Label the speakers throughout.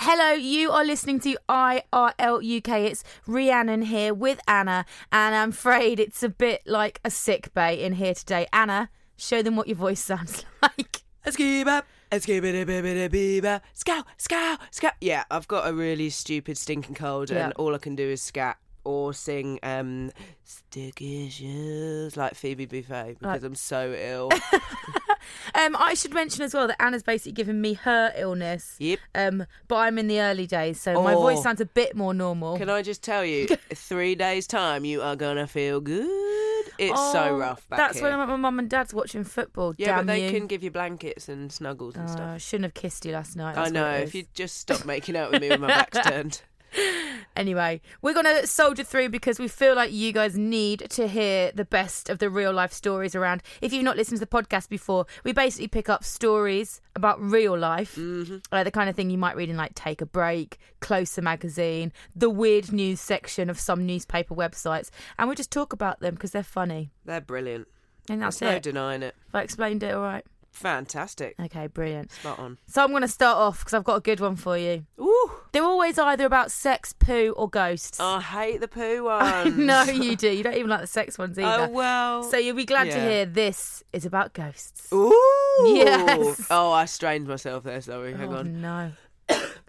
Speaker 1: Hello, you are listening to IRL UK. It's Rhiannon here with Anna, and I'm afraid it's a bit like a sick bay in here today. Anna, show them what your voice sounds like.
Speaker 2: Skiba, skiba, scow, scow, scow. Yeah, I've got a really stupid stinking cold, and
Speaker 1: Yeah.
Speaker 2: all I can do is scat or sing um, "Sticky Shoes" like Phoebe Buffay because
Speaker 1: Like-
Speaker 2: I'm so ill.
Speaker 1: Um, I should mention as well that Anna's basically given me her illness.
Speaker 2: Yep.
Speaker 1: Um, but I'm in the early days, so my
Speaker 2: Oh.
Speaker 1: voice sounds a bit more normal.
Speaker 2: Can I just tell you, three days time, you are gonna feel good. It's
Speaker 1: Oh,
Speaker 2: so rough back
Speaker 1: That's
Speaker 2: here.
Speaker 1: when I'm at my mum and dad's watching football.
Speaker 2: yeah,
Speaker 1: damn
Speaker 2: but they
Speaker 1: you.
Speaker 2: can give you blankets and snuggles and
Speaker 1: Oh, I
Speaker 2: stuff.
Speaker 1: shouldn't have kissed you last night.
Speaker 2: I
Speaker 1: that's what
Speaker 2: know.
Speaker 1: it
Speaker 2: If
Speaker 1: is.
Speaker 2: you just stop making out with me when my back's turned.
Speaker 1: Anyway, we're going to soldier through because we feel like you guys need to hear the best of the real life stories around. If you've not listened to the podcast before, we basically pick up stories about real life, like the kind of thing you might read in like Take a Break, Closer magazine, the weird news section of some newspaper websites, and we just talk about them because they're funny.
Speaker 2: They're brilliant.
Speaker 1: And that's
Speaker 2: There's no
Speaker 1: it.
Speaker 2: denying it.
Speaker 1: Have I explained it all right?
Speaker 2: Fantastic.
Speaker 1: Okay, brilliant.
Speaker 2: Spot on.
Speaker 1: So I'm going to start off because I've got a good one for you.
Speaker 2: Ooh.
Speaker 1: They're always either about sex, poo, or ghosts.
Speaker 2: I hate the poo
Speaker 1: I
Speaker 2: one.
Speaker 1: know you do. You don't even like the sex ones either.
Speaker 2: Oh well.
Speaker 1: So you'll be glad to
Speaker 2: Yeah.
Speaker 1: hear this is about ghosts.
Speaker 2: Ooh.
Speaker 1: Yes.
Speaker 2: Oh, I strained myself there. Sorry. Hang
Speaker 1: oh
Speaker 2: on.
Speaker 1: no.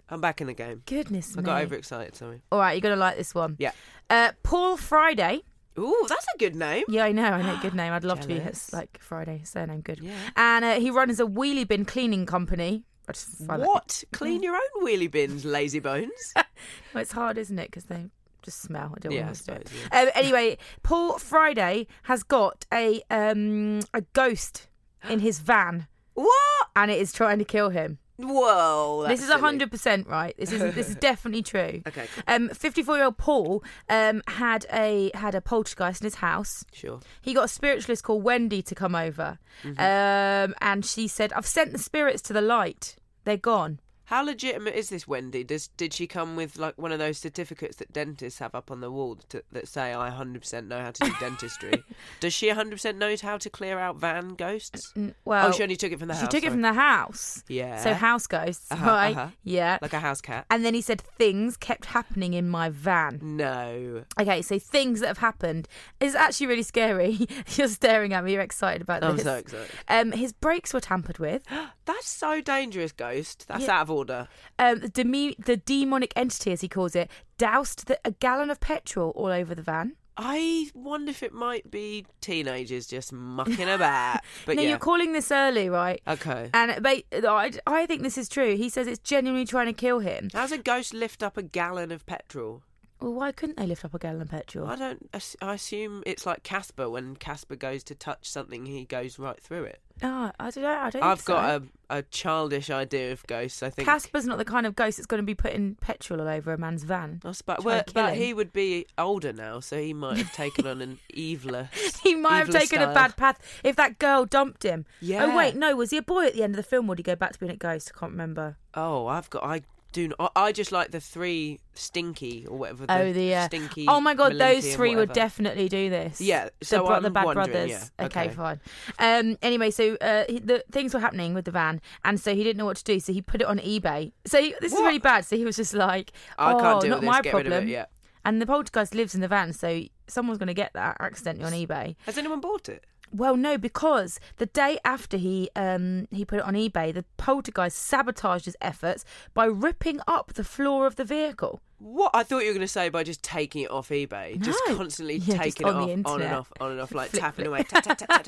Speaker 2: I'm back in the game.
Speaker 1: Goodness
Speaker 2: I
Speaker 1: me.
Speaker 2: got overexcited. Sorry.
Speaker 1: All right, you're going to like this one.
Speaker 2: Yeah.
Speaker 1: Uh, Paul Friday.
Speaker 2: Ooh, that's a good name.
Speaker 1: Yeah, I know. I know. Good name. I'd love to be his,
Speaker 2: Jealous.
Speaker 1: like Friday surname. Good.
Speaker 2: Yeah.
Speaker 1: And uh, he runs a wheelie bin cleaning company. I just find that-
Speaker 2: What? Clean your own wheelie bins, lazy bones.
Speaker 1: Well, it's hard, isn't it? Because they just smell. I don't
Speaker 2: Yeah, I
Speaker 1: want to do it.
Speaker 2: suppose,
Speaker 1: Um, anyway, Paul Friday has got a um, a ghost in his van,
Speaker 2: what?
Speaker 1: and it is trying to kill him.
Speaker 2: Whoa.
Speaker 1: This
Speaker 2: that's
Speaker 1: is
Speaker 2: silly.
Speaker 1: hundred percent right. This is this is definitely true.
Speaker 2: Okay, cool.
Speaker 1: Um, fifty-four-year-old Paul um had a had a poltergeist in his house.
Speaker 2: Sure.
Speaker 1: He got a spiritualist called Wendy to come over,
Speaker 2: Mm-hmm.
Speaker 1: um, and she said, "I've sent the spirits to the light. They're gone."
Speaker 2: How legitimate is this, Wendy? Does did she come with like one of those certificates that dentists have up on the wall to, that say I 100% know how to do dentistry? Does she 100% knows how to clear out van ghosts?
Speaker 1: Mm, Well,
Speaker 2: oh, she only took it from the
Speaker 1: she
Speaker 2: house.
Speaker 1: took it from the house.
Speaker 2: Yeah.
Speaker 1: So house ghosts,
Speaker 2: Uh-huh,
Speaker 1: right?
Speaker 2: uh-huh.
Speaker 1: Yeah.
Speaker 2: like a house cat.
Speaker 1: and then he said things kept happening in my van.
Speaker 2: No.
Speaker 1: Okay, so things that have happened is actually really scary. You're staring at me. You're excited about this.
Speaker 2: I'm so excited.
Speaker 1: Um, his brakes were tampered with.
Speaker 2: That's so dangerous, ghost. That's
Speaker 1: Yeah.
Speaker 2: out of order.
Speaker 1: Um, the, deme- the demonic entity, as he calls it, doused the- a gallon of petrol all over the van.
Speaker 2: I wonder if it might be teenagers just mucking about. But
Speaker 1: now
Speaker 2: yeah.
Speaker 1: you're calling this early, right?
Speaker 2: okay.
Speaker 1: And it ba- I, I think this is true. He says it's genuinely trying to kill him.
Speaker 2: How's a ghost lift up a gallon of petrol?
Speaker 1: Well, why couldn't they lift up a gallon of
Speaker 2: I
Speaker 1: petrol?
Speaker 2: don't. ass- I assume it's like Casper when Casper goes to touch something, he goes right through it.
Speaker 1: Oh, I don't know. I don't.
Speaker 2: I've
Speaker 1: think so.
Speaker 2: got a, a childish idea of ghosts. I think.
Speaker 1: Casper's not the kind of ghost that's going to be putting petrol all over a man's van.
Speaker 2: I suppose,
Speaker 1: Try
Speaker 2: well,
Speaker 1: and kill
Speaker 2: but
Speaker 1: him.
Speaker 2: he would be older now, so he might have taken on an eviler.
Speaker 1: He might have
Speaker 2: eviler
Speaker 1: taken a
Speaker 2: style.
Speaker 1: bad path if that girl dumped him. Oh
Speaker 2: Yeah.
Speaker 1: wait, no, was he a boy at the end of the film? Or did he go back to being a ghost? I can't remember.
Speaker 2: Oh, I've got. I do. Not, I I just like the three stinky or whatever. The
Speaker 1: Oh, the uh,
Speaker 2: stinky.
Speaker 1: Oh my god,
Speaker 2: Melinky
Speaker 1: those
Speaker 2: and
Speaker 1: three would
Speaker 2: whatever.
Speaker 1: definitely do this.
Speaker 2: Yeah,
Speaker 1: the,
Speaker 2: so
Speaker 1: bro-
Speaker 2: I'm
Speaker 1: the Bad
Speaker 2: wondering,
Speaker 1: Brothers.
Speaker 2: yeah,
Speaker 1: Okay,
Speaker 2: okay.
Speaker 1: fine. Um, anyway, so uh, he, the things were happening with the van, and so he didn't know what to do, so he put it on eBay. So he, this is
Speaker 2: What?
Speaker 1: really bad. So he was just like,
Speaker 2: I
Speaker 1: "Oh,
Speaker 2: can't deal
Speaker 1: not
Speaker 2: with this.
Speaker 1: my
Speaker 2: Get
Speaker 1: problem."
Speaker 2: rid of it. Yeah.
Speaker 1: And the poltergeist lives in the van, so someone's going to get that accidentally on eBay.
Speaker 2: Has anyone bought it?
Speaker 1: Well, no, because the day after he um, he put it on eBay, the poltergeist sabotaged his efforts by ripping up the floor of the vehicle.
Speaker 2: What I thought you were going to say by just taking it off eBay, just
Speaker 1: No.
Speaker 2: constantly
Speaker 1: Yeah, just
Speaker 2: taking
Speaker 1: on the
Speaker 2: it off, on and
Speaker 1: internet.
Speaker 2: off, on and off, like
Speaker 1: Flip,
Speaker 2: tapping
Speaker 1: flip.
Speaker 2: away. tap, tap, tap, tap, tap,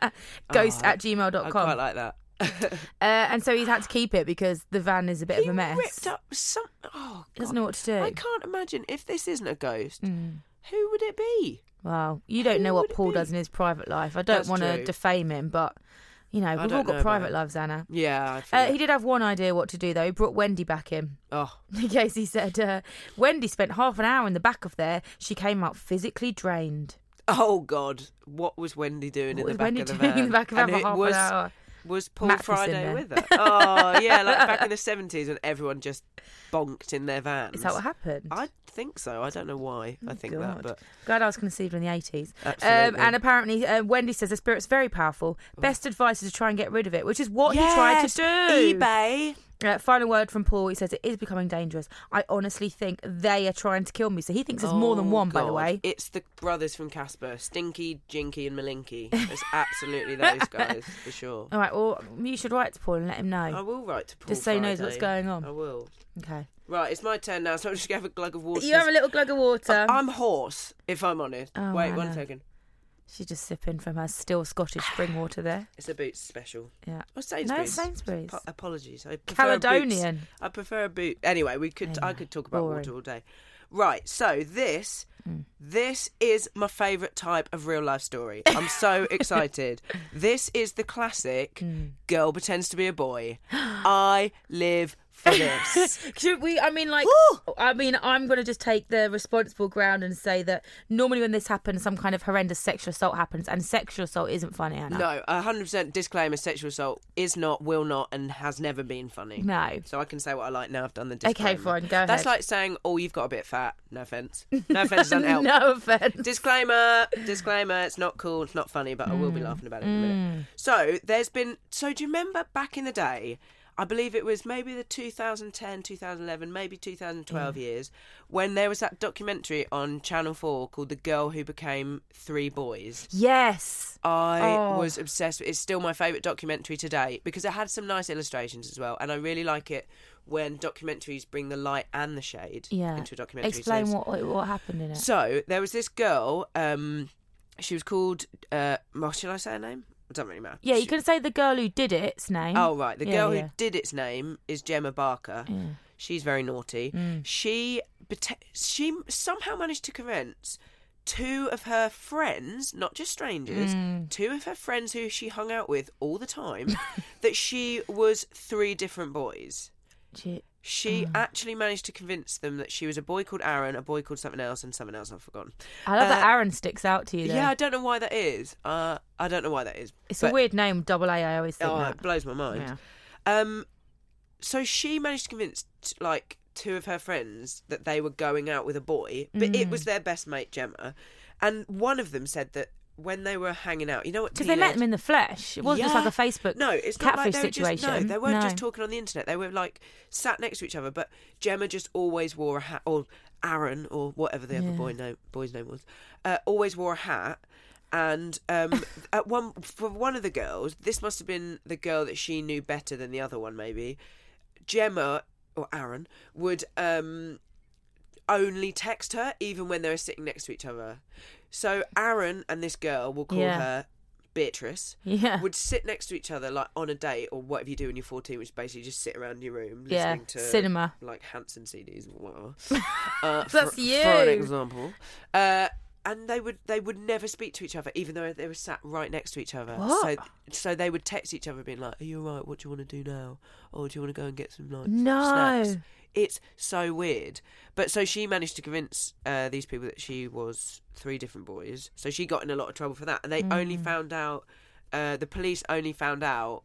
Speaker 2: tap.
Speaker 1: Ghost
Speaker 2: Oh,
Speaker 1: at gmail.com.
Speaker 2: I quite like that.
Speaker 1: Uh, and so he's had to keep it because the van is a bit
Speaker 2: He
Speaker 1: of a mess.
Speaker 2: ripped up some. Oh,
Speaker 1: He doesn't
Speaker 2: God.
Speaker 1: know what to do.
Speaker 2: I can't imagine if this isn't a ghost.
Speaker 1: Mm.
Speaker 2: Who would it be?
Speaker 1: Well, you don't know
Speaker 2: Who
Speaker 1: what
Speaker 2: would it
Speaker 1: Paul
Speaker 2: be?
Speaker 1: does in his private life. I don't
Speaker 2: That's
Speaker 1: want to
Speaker 2: true.
Speaker 1: defame him, but You know, we've all
Speaker 2: don't know
Speaker 1: got
Speaker 2: about
Speaker 1: private
Speaker 2: it.
Speaker 1: lives, Anna.
Speaker 2: Yeah, I feel
Speaker 1: Uh,
Speaker 2: it.
Speaker 1: he did have one idea what to do though. He brought Wendy back in.
Speaker 2: oh,
Speaker 1: In case he said, uh, Wendy spent half an hour in the back of there. She came out physically drained.
Speaker 2: oh God! What was Wendy doing
Speaker 1: What
Speaker 2: in the
Speaker 1: was
Speaker 2: back
Speaker 1: Wendy
Speaker 2: of the
Speaker 1: doing
Speaker 2: van?
Speaker 1: in the back of
Speaker 2: And
Speaker 1: her for half
Speaker 2: was,
Speaker 1: an hour?
Speaker 2: Was Paul
Speaker 1: Mattress in
Speaker 2: Friday
Speaker 1: there.
Speaker 2: with her? Oh yeah, like back in the seventies when everyone just bonked in their vans.
Speaker 1: Is that what happened? Oh,
Speaker 2: I think so. I don't know why I think that,
Speaker 1: God.
Speaker 2: but
Speaker 1: Glad I was conceived in the 80s.
Speaker 2: Absolutely.
Speaker 1: and apparently, uh, Wendy says the spirit's very powerful. Best advice is to try and get rid of it, which is what he tried to do.
Speaker 2: eBay.
Speaker 1: Uh, final word from Paul. He says it is becoming dangerous. I honestly think they are trying to kill me. So he thinks there's more than
Speaker 2: Oh,
Speaker 1: one, by the
Speaker 2: God.
Speaker 1: way.
Speaker 2: It's the brothers from Casper, Stinky, Jinky, and Malinky. It's absolutely those guys for sure.
Speaker 1: All right, well, you should write to Paul and let him
Speaker 2: I
Speaker 1: know.
Speaker 2: will write to Paul.
Speaker 1: Just so he knows what's
Speaker 2: Friday.
Speaker 1: going on.
Speaker 2: I will.
Speaker 1: Okay.
Speaker 2: Right, it's my turn now, so I'm just gonna have a glug of water.
Speaker 1: You have a little glug of water.
Speaker 2: I'm hoarse, if I'm honest.
Speaker 1: Oh,
Speaker 2: Wait,
Speaker 1: Anna.
Speaker 2: one second.
Speaker 1: She's just sipping from her still Scottish spring water there.
Speaker 2: It's a Boots special.
Speaker 1: Yeah.
Speaker 2: Oh,
Speaker 1: No, it's
Speaker 2: Sainsbury's.
Speaker 1: Sainsbury's.
Speaker 2: Po- apologies. I prefer a Boots.
Speaker 1: Caledonian.
Speaker 2: I prefer a boot. Anyway, we could. I
Speaker 1: Anyway,
Speaker 2: could talk about
Speaker 1: boring. Hmm.
Speaker 2: water all day. Right. So this, this is my favourite type of real life story. I'm so excited. This is the classic
Speaker 1: Hmm.
Speaker 2: girl pretends to be a boy. I live for this.
Speaker 1: Should we? I mean, like, I mean, I'm going to just take the responsible ground and say that normally when this happens, some kind of horrendous sexual assault happens, and sexual assault isn't funny, Anna.
Speaker 2: no, 100% disclaimer: sexual assault is not, will not, and has never been funny.
Speaker 1: No.
Speaker 2: So I can say what I like now. I've done the
Speaker 1: Okay,
Speaker 2: disclaimer.
Speaker 1: fine, go
Speaker 2: That's
Speaker 1: ahead.
Speaker 2: like saying, "Oh, you've got a bit fat." No offense. No offense doesn't help.
Speaker 1: No offense.
Speaker 2: Disclaimer, disclaimer, it's not cool, it's not funny, but I will be
Speaker 1: Mm.
Speaker 2: laughing about it in a minute. So, there's been, so do you remember back in the day? I believe it was maybe the 2010, 2011, maybe
Speaker 1: Mm.
Speaker 2: 2012 years, when there was that documentary on Channel 4 called The Girl Who Became Three Boys.
Speaker 1: Yes.
Speaker 2: I
Speaker 1: Oh.
Speaker 2: was obsessed with It's still my favourite documentary today because it had some nice illustrations as well. And I really like it when documentaries bring the light and the shade
Speaker 1: Yeah.
Speaker 2: into a documentary. So
Speaker 1: Explain
Speaker 2: it's-
Speaker 1: what what happened in it.
Speaker 2: so there was this girl. Um, she was called. Uh, well, should I say her name? It doesn't really matter.
Speaker 1: yeah, you
Speaker 2: She-
Speaker 1: can say the girl who did it's name.
Speaker 2: Oh right, the
Speaker 1: Yeah,
Speaker 2: girl
Speaker 1: yeah. Mm.
Speaker 2: who did its name is Gemma Barker. She's very naughty. She bete- she somehow managed to convince two of her friends, not just strangers,
Speaker 1: Mm.
Speaker 2: two of her friends who she hung out with all the time, that she was three different boys.
Speaker 1: She- Mm.
Speaker 2: She actually managed to convince them that she was a boy called Aaron, a boy called something else, and someone else I've forgotten.
Speaker 1: I love that
Speaker 2: Uh,
Speaker 1: Aaron sticks out to you. There.
Speaker 2: Yeah, I don't know why that is. Uh, I don't know why that is.
Speaker 1: it's a
Speaker 2: but-
Speaker 1: weird name. Double A. I always think
Speaker 2: Oh,
Speaker 1: that.
Speaker 2: it blows my mind.
Speaker 1: Yeah.
Speaker 2: Um, so she managed to convince like two of her friends that they were going out with a boy, but it
Speaker 1: Mm.
Speaker 2: was their best mate Gemma, and one of them said that when they were hanging out, you know what?
Speaker 1: Because they met them in the flesh. It wasn't
Speaker 2: Yeah.
Speaker 1: just like a Facebook
Speaker 2: no, it's not
Speaker 1: catfish
Speaker 2: like they were
Speaker 1: situation.
Speaker 2: Just, no, they weren't just
Speaker 1: No.
Speaker 2: talking on the internet. They were like sat next to each other. But Gemma just always wore a hat, or Aaron, or whatever the other boy name, boy's name was, uh, always wore a hat. And um, at one for one of the girls, this must have been the girl that she knew better than the other one, maybe. Gemma or Aaron would um, only text her even when they were sitting next to each other. So Aaron and this girl will call
Speaker 1: Yeah.
Speaker 2: her Beatrice
Speaker 1: Yeah.
Speaker 2: would sit next to each other like on a date or whatever you do when you're 14 which is basically just sit around your room
Speaker 1: Yeah,
Speaker 2: listening to
Speaker 1: cinema.
Speaker 2: like Hanson CDs or whatever uh,
Speaker 1: That's
Speaker 2: for, for an
Speaker 1: you.
Speaker 2: example uh, and they would they would never speak to each other even though they were sat right next to each other
Speaker 1: What?
Speaker 2: so so they would text each other being like are you alright what do you want to do now or do you want to go and get some like
Speaker 1: No.
Speaker 2: snacks it's so weird but so she managed to convince uh, these people that she was three different boys so she got in a lot of trouble for that and they only
Speaker 1: Mm.
Speaker 2: found out uh, the police only found out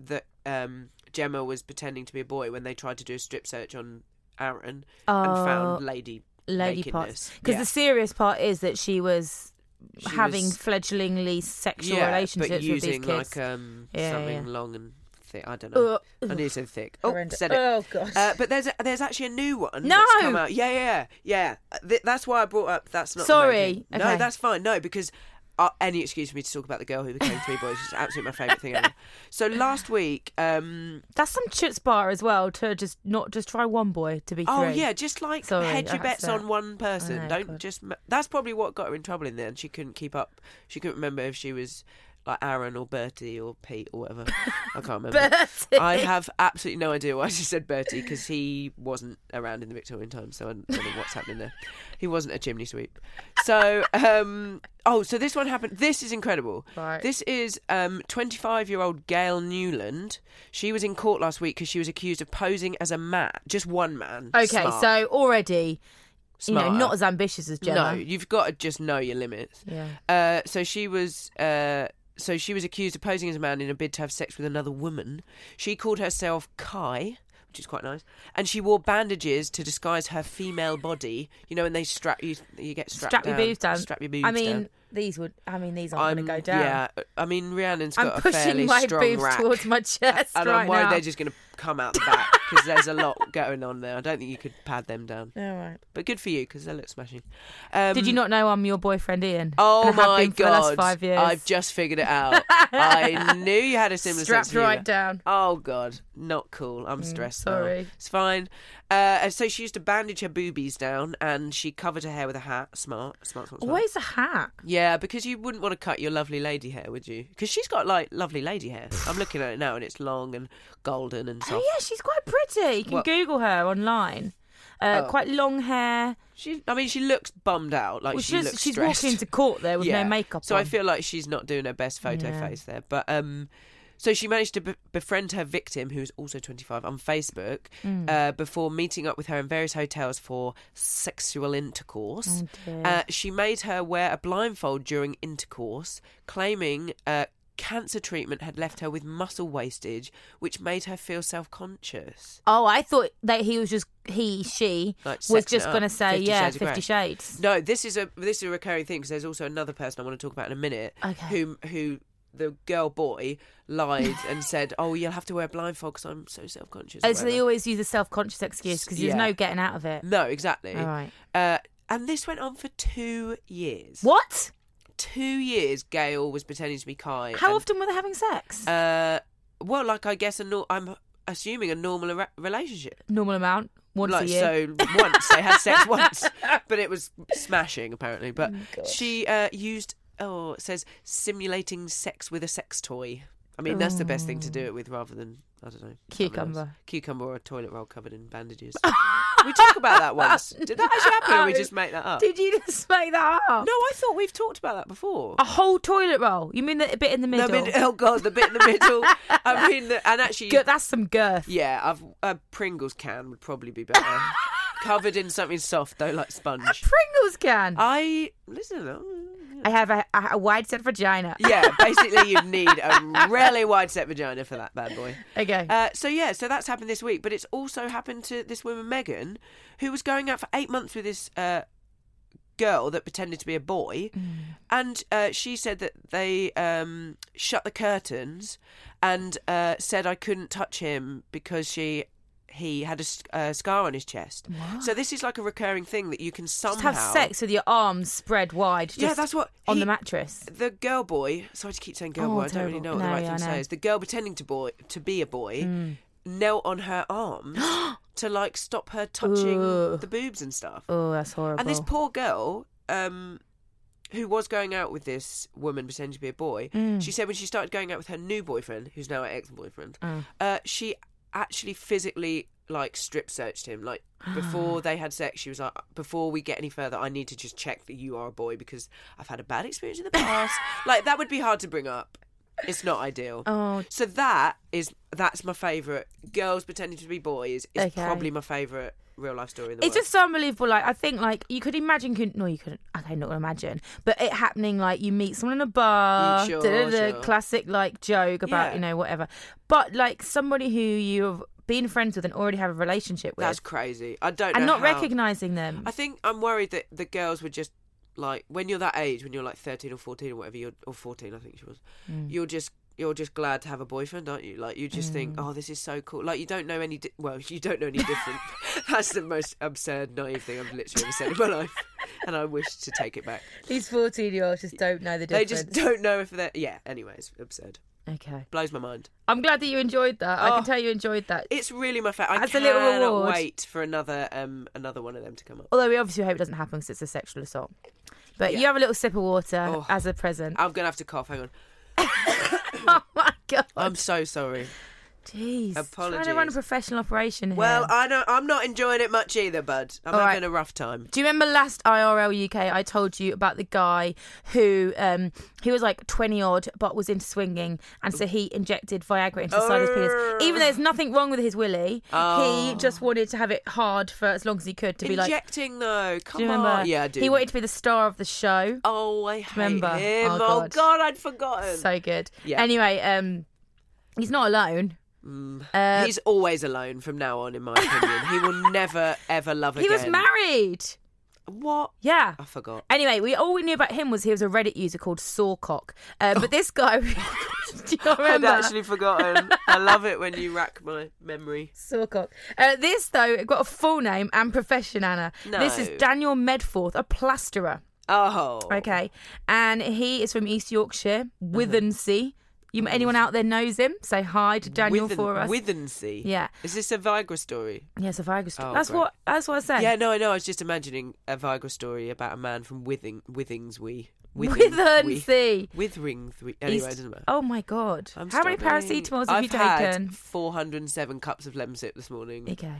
Speaker 2: that um, Gemma was pretending to be a boy when they tried to do a strip search on Aaron and
Speaker 1: Oh,
Speaker 2: found lady
Speaker 1: lady parts
Speaker 2: nakedness.
Speaker 1: because
Speaker 2: Yeah.
Speaker 1: the serious part is that she was
Speaker 2: She
Speaker 1: having
Speaker 2: was-
Speaker 1: fledglingly sexual
Speaker 2: yeah,
Speaker 1: relationships
Speaker 2: but using
Speaker 1: with these kids. Uh,
Speaker 2: like um,
Speaker 1: Yeah,
Speaker 2: something
Speaker 1: yeah.
Speaker 2: long and thick. I don't know.
Speaker 1: Ugh,
Speaker 2: I
Speaker 1: ugh,
Speaker 2: knew you said thick. Oh,
Speaker 1: horrendous.
Speaker 2: said it.
Speaker 1: Oh, gosh.
Speaker 2: Uh, but there's a, there's actually a new one.
Speaker 1: No!
Speaker 2: that's come out. Yeah, yeah, yeah. Uh, Th- that's why I brought up. That's not. the main
Speaker 1: Sorry.
Speaker 2: thing.
Speaker 1: Okay.
Speaker 2: No, that's fine. No, because uh, any excuse for me to talk about the girl who became three boys is absolutely my favourite thing ever. So last week, um,
Speaker 1: That's some chits bar as well to just not just try one boy to be
Speaker 2: Oh
Speaker 1: three.
Speaker 2: yeah, just like
Speaker 1: Sorry,
Speaker 2: hedge
Speaker 1: I
Speaker 2: your
Speaker 1: had
Speaker 2: bets
Speaker 1: to-
Speaker 2: on one person.
Speaker 1: know,
Speaker 2: Don't
Speaker 1: God.
Speaker 2: just. ma- That's probably what got her in trouble in there, and she couldn't keep up. She couldn't remember if she was like Aaron or Bertie or Pete or whatever. I can't remember.
Speaker 1: Bertie.
Speaker 2: I have absolutely no idea why she said Bertie because he wasn't around in the Victorian times, so I don't know what's happening there. He wasn't a chimney sweep. So, um, oh, so this one happened. This is incredible.
Speaker 1: Right.
Speaker 2: This is 25 year old Gail Newland. She was in court last week because she was accused of posing as a man, just one man.
Speaker 1: Okay,
Speaker 2: Smart.
Speaker 1: so already, you know,
Speaker 2: Smarter.
Speaker 1: not as ambitious as Gemma.
Speaker 2: No, you've got to just know your limits.
Speaker 1: Yeah.
Speaker 2: Uh, so she was. Uh, so she was accused of posing as a man in a bid to have sex with another woman. She called herself Kai, which is quite nice, and she wore bandages to disguise her female body. You know, when they strap you, you get strapped
Speaker 1: Strap your
Speaker 2: down,
Speaker 1: boobs down.
Speaker 2: Strap your boobs
Speaker 1: I mean,
Speaker 2: down. Um,
Speaker 1: these would. I mean, these aren't going to go down.
Speaker 2: Yeah, I mean Rihanna's got
Speaker 1: I'm
Speaker 2: a
Speaker 1: pushing
Speaker 2: fairly
Speaker 1: my
Speaker 2: strong
Speaker 1: boobs
Speaker 2: rack,
Speaker 1: towards my chest
Speaker 2: and
Speaker 1: right
Speaker 2: I'm worried
Speaker 1: now.
Speaker 2: they're just going to come out the back because there's a lot going on there. I don't think you could pad them down,
Speaker 1: All right.
Speaker 2: but good for you because they look smashing. Um,
Speaker 1: Did you not know I'm your boyfriend, Ian?
Speaker 2: Oh
Speaker 1: And I have
Speaker 2: my
Speaker 1: been for
Speaker 2: god!
Speaker 1: the last five years.
Speaker 2: I've just figured it out. I knew you had a similar sense
Speaker 1: strapped
Speaker 2: of humour.
Speaker 1: right down. Mm,
Speaker 2: Oh god, not cool. I'm stressed. now.
Speaker 1: sorry.
Speaker 2: it's fine. Uh, so she used to bandage her boobies down, and she covered her hair with a hat. Smart, smart, smart. smart.
Speaker 1: Always a hat.
Speaker 2: Yeah, because you wouldn't want to cut your lovely lady hair, would you? Because she's got like lovely lady hair. I'm looking at it now, and it's long and golden and soft.
Speaker 1: Oh yeah, she's quite pretty. You can
Speaker 2: Well-
Speaker 1: Google her online. Uh,
Speaker 2: Oh.
Speaker 1: Quite long hair.
Speaker 2: She, I mean, she looks bummed out. Like
Speaker 1: Well,
Speaker 2: she
Speaker 1: she's
Speaker 2: looks
Speaker 1: she's
Speaker 2: stressed.
Speaker 1: walking into court there with no makeup
Speaker 2: So
Speaker 1: on.
Speaker 2: I feel like she's not doing her best photo
Speaker 1: Yeah.
Speaker 2: face there. But um, so she managed to be- befriend her victim, who's also 25, on Facebook
Speaker 1: Mm.
Speaker 2: uh, before meeting up with her in various hotels for sexual intercourse.
Speaker 1: Oh, dear.
Speaker 2: uh, she made her wear a blindfold during intercourse, claiming. Uh, Cancer treatment had left her with muscle wastage, which made her feel self conscious.
Speaker 1: Oh, I thought that he was just he she
Speaker 2: Like
Speaker 1: was
Speaker 2: sexing
Speaker 1: just
Speaker 2: it
Speaker 1: going to
Speaker 2: up.
Speaker 1: say
Speaker 2: 50
Speaker 1: yeah,
Speaker 2: Shades of
Speaker 1: Fifty
Speaker 2: Grey.
Speaker 1: Shades.
Speaker 2: No, this is a this is a recurring thing because there's also another person I want to talk about in a minute.
Speaker 1: Okay.
Speaker 2: Who who the girl boy lied and said, "Oh, you'll have to wear a blindfold because I'm so self conscious."
Speaker 1: Oh, so they always use the self-conscious excuse because there's
Speaker 2: Yeah.
Speaker 1: no getting out of it.
Speaker 2: No, exactly.
Speaker 1: All right.
Speaker 2: Uh, and this went on for two years.
Speaker 1: What?
Speaker 2: Two years. Gail was pretending to be Kai.
Speaker 1: How
Speaker 2: and,
Speaker 1: often were they having sex?
Speaker 2: Uh, well, like I guess a nor- I'm assuming a normal re- relationship.
Speaker 1: Normal amount, once
Speaker 2: like
Speaker 1: a year.
Speaker 2: so, once they had sex once, but it was smashing apparently.
Speaker 1: Oh
Speaker 2: But she uh, used oh, it says simulating sex with a sex toy. I mean, that's the best thing to do it with rather than I don't know something else.
Speaker 1: Oh. Cucumber.
Speaker 2: cucumber or a toilet roll covered in bandages. we talked about that once. Did that actually happen? or We
Speaker 1: No.
Speaker 2: just make that up.
Speaker 1: Did you just make that up?
Speaker 2: uh, No, I thought we've talked about that before.
Speaker 1: A whole toilet roll. You mean the bit in the Oh, middle?
Speaker 2: The mid- oh god, the bit in the middle. I mean, the, and actually,
Speaker 1: Good, that's some girth.
Speaker 2: yeah, I've, a Pringles can would probably be better. covered in something soft though, like sponge.
Speaker 1: Pringles can.
Speaker 2: I listen. uh,
Speaker 1: I have a, a wide set vagina.
Speaker 2: Yeah, basically you'd need a really wide set vagina for that bad boy.
Speaker 1: Okay.
Speaker 2: Uh, so yeah, so that's happened this week, but it's also happened to this woman Megan, who was going out for eight months with this uh, girl that pretended to be a boy, and uh, she said that they um, shut the curtains and uh, said I couldn't touch him because she he had a s- uh, scar on his chest. So this is like a recurring thing that you can
Speaker 1: just
Speaker 2: somehow
Speaker 1: have sex with your arms spread wide. Just
Speaker 2: Yeah, that's what
Speaker 1: on
Speaker 2: he-
Speaker 1: the mattress.
Speaker 2: the girl boy sorry to keep saying girl
Speaker 1: Oh,
Speaker 2: boy i don't really
Speaker 1: terrible.
Speaker 2: know what the
Speaker 1: No, Mm.
Speaker 2: right
Speaker 1: yeah,
Speaker 2: thing to
Speaker 1: I know.
Speaker 2: say is the girl pretending to boy to be a boy knelt on her arms to like stop her touching
Speaker 1: Ugh.
Speaker 2: the boobs and stuff
Speaker 1: Oh, that's horrible.
Speaker 2: and this poor girl um who was going out with this woman pretending to be a boy
Speaker 1: Mm.
Speaker 2: she said when she started going out with her new boyfriend who's now her ex-boyfriend
Speaker 1: Oh.
Speaker 2: uh, she actually physically like strip searched him like before they had sex she was like before we get any further i need to just check that you are a boy because i've had a bad experience in the past like that would be hard to bring up it's not ideal
Speaker 1: Oh,
Speaker 2: so that is that's my favorite girls pretending to be boys is
Speaker 1: Okay.
Speaker 2: probably my favorite real life story in the
Speaker 1: it's
Speaker 2: world.
Speaker 1: just so unbelievable. Like I think, like you could imagine. Could, no, you couldn't. Okay, not gonna imagine. But it happening, like you meet someone in a bar.
Speaker 2: Sure,
Speaker 1: da-da-da,
Speaker 2: Mm, sure.
Speaker 1: Classic, like joke about
Speaker 2: Yeah.
Speaker 1: you know whatever. But like somebody who you've been friends with and already have a relationship with,
Speaker 2: that's crazy i don't
Speaker 1: and
Speaker 2: know
Speaker 1: not
Speaker 2: how-
Speaker 1: recognizing them.
Speaker 2: I think I'm worried that the girls would just like when you're that age, when you're like 13 or 14 or whatever, you're or 14, I think she was.
Speaker 1: Mm.
Speaker 2: You're just you're just glad to have a boyfriend, aren't you? Like you just think,
Speaker 1: Mm.
Speaker 2: oh, this is so cool. Like you don't know any. Di- well, you don't know any different. That's the most absurd, naive thing I've literally ever said in my life, and I wish to take it back.
Speaker 1: These fourteen-year-olds just don't know the
Speaker 2: They
Speaker 1: difference.
Speaker 2: just don't know if they're. Yeah. Anyway, it's absurd.
Speaker 1: Okay.
Speaker 2: Blows my mind.
Speaker 1: I'm glad that you enjoyed that. I
Speaker 2: Oh.
Speaker 1: can tell you enjoyed that.
Speaker 2: It's really my favorite. I
Speaker 1: As a little
Speaker 2: cannot
Speaker 1: reward.
Speaker 2: wait for another um another one of them to come up.
Speaker 1: Although we obviously hope it doesn't happen because it's a sexual assault. But
Speaker 2: Yeah.
Speaker 1: you have a little sip of water
Speaker 2: Oh.
Speaker 1: as a present.
Speaker 2: I'm gonna have to cough. Hang on.
Speaker 1: oh my god.
Speaker 2: I'm so sorry.
Speaker 1: Jeez. Trying to
Speaker 2: Apologies.
Speaker 1: run a professional operation here.
Speaker 2: Well, I don't, I'm not enjoying it much either, bud. I'm
Speaker 1: All right.
Speaker 2: having a rough time.
Speaker 1: Do you remember last IRL UK? I told you about the guy who um he was like twenty odd, but was into swinging, and so he injected Viagra into the side of his penis. Even though there's nothing wrong with his willy,
Speaker 2: Oh.
Speaker 1: he just wanted to have it hard for as long as he could to be like.
Speaker 2: Injecting though, come
Speaker 1: Do you remember?
Speaker 2: on. Oh, Yeah, I do.
Speaker 1: He wanted to be the star of the show.
Speaker 2: Oh, I hate
Speaker 1: Remember?
Speaker 2: him.
Speaker 1: Oh,
Speaker 2: Oh god.
Speaker 1: God.
Speaker 2: I'd forgotten.
Speaker 1: So good.
Speaker 2: Yeah.
Speaker 1: Anyway, um, he's not alone. Uh,
Speaker 2: Mm. He's always alone from now on, in my opinion. he will never ever love
Speaker 1: he
Speaker 2: again. Oh.
Speaker 1: was married.
Speaker 2: What?
Speaker 1: Yeah.
Speaker 2: I forgot.
Speaker 1: Anyway, we all we knew about him was he was a Reddit user called Sawcock. Uh, but this guy, do you remember?
Speaker 2: I'd actually forgotten. I love it when you rack my memory.
Speaker 1: Sawcock. Uh, this though it got a full name and profession, Anna. This is
Speaker 2: No.
Speaker 1: Daniel Medforth, a plasterer.
Speaker 2: Oh,
Speaker 1: Okay, and he is from East Yorkshire,
Speaker 2: Uh-huh.
Speaker 1: Withensea. You, anyone out there knows him? Say hi to Daniel
Speaker 2: Mm. Withen-
Speaker 1: for us.
Speaker 2: Withensea.
Speaker 1: Yeah.
Speaker 2: Is this a Viagra story?
Speaker 1: yes, a Viagra story.
Speaker 2: Oh,
Speaker 1: that's
Speaker 2: great.
Speaker 1: what. That's what I said.
Speaker 2: Yeah, no, I know. I was just imagining a Viagra story about a man from Withing Withingswee.
Speaker 1: Withensea.
Speaker 2: Withringswee. Anyway, it doesn't matter.
Speaker 1: Oh my god!
Speaker 2: I'm
Speaker 1: How many
Speaker 2: starving.
Speaker 1: paracetamols have
Speaker 2: I've
Speaker 1: you
Speaker 2: had
Speaker 1: taken?
Speaker 2: 407 cups of lemon sip this morning,
Speaker 1: There you go.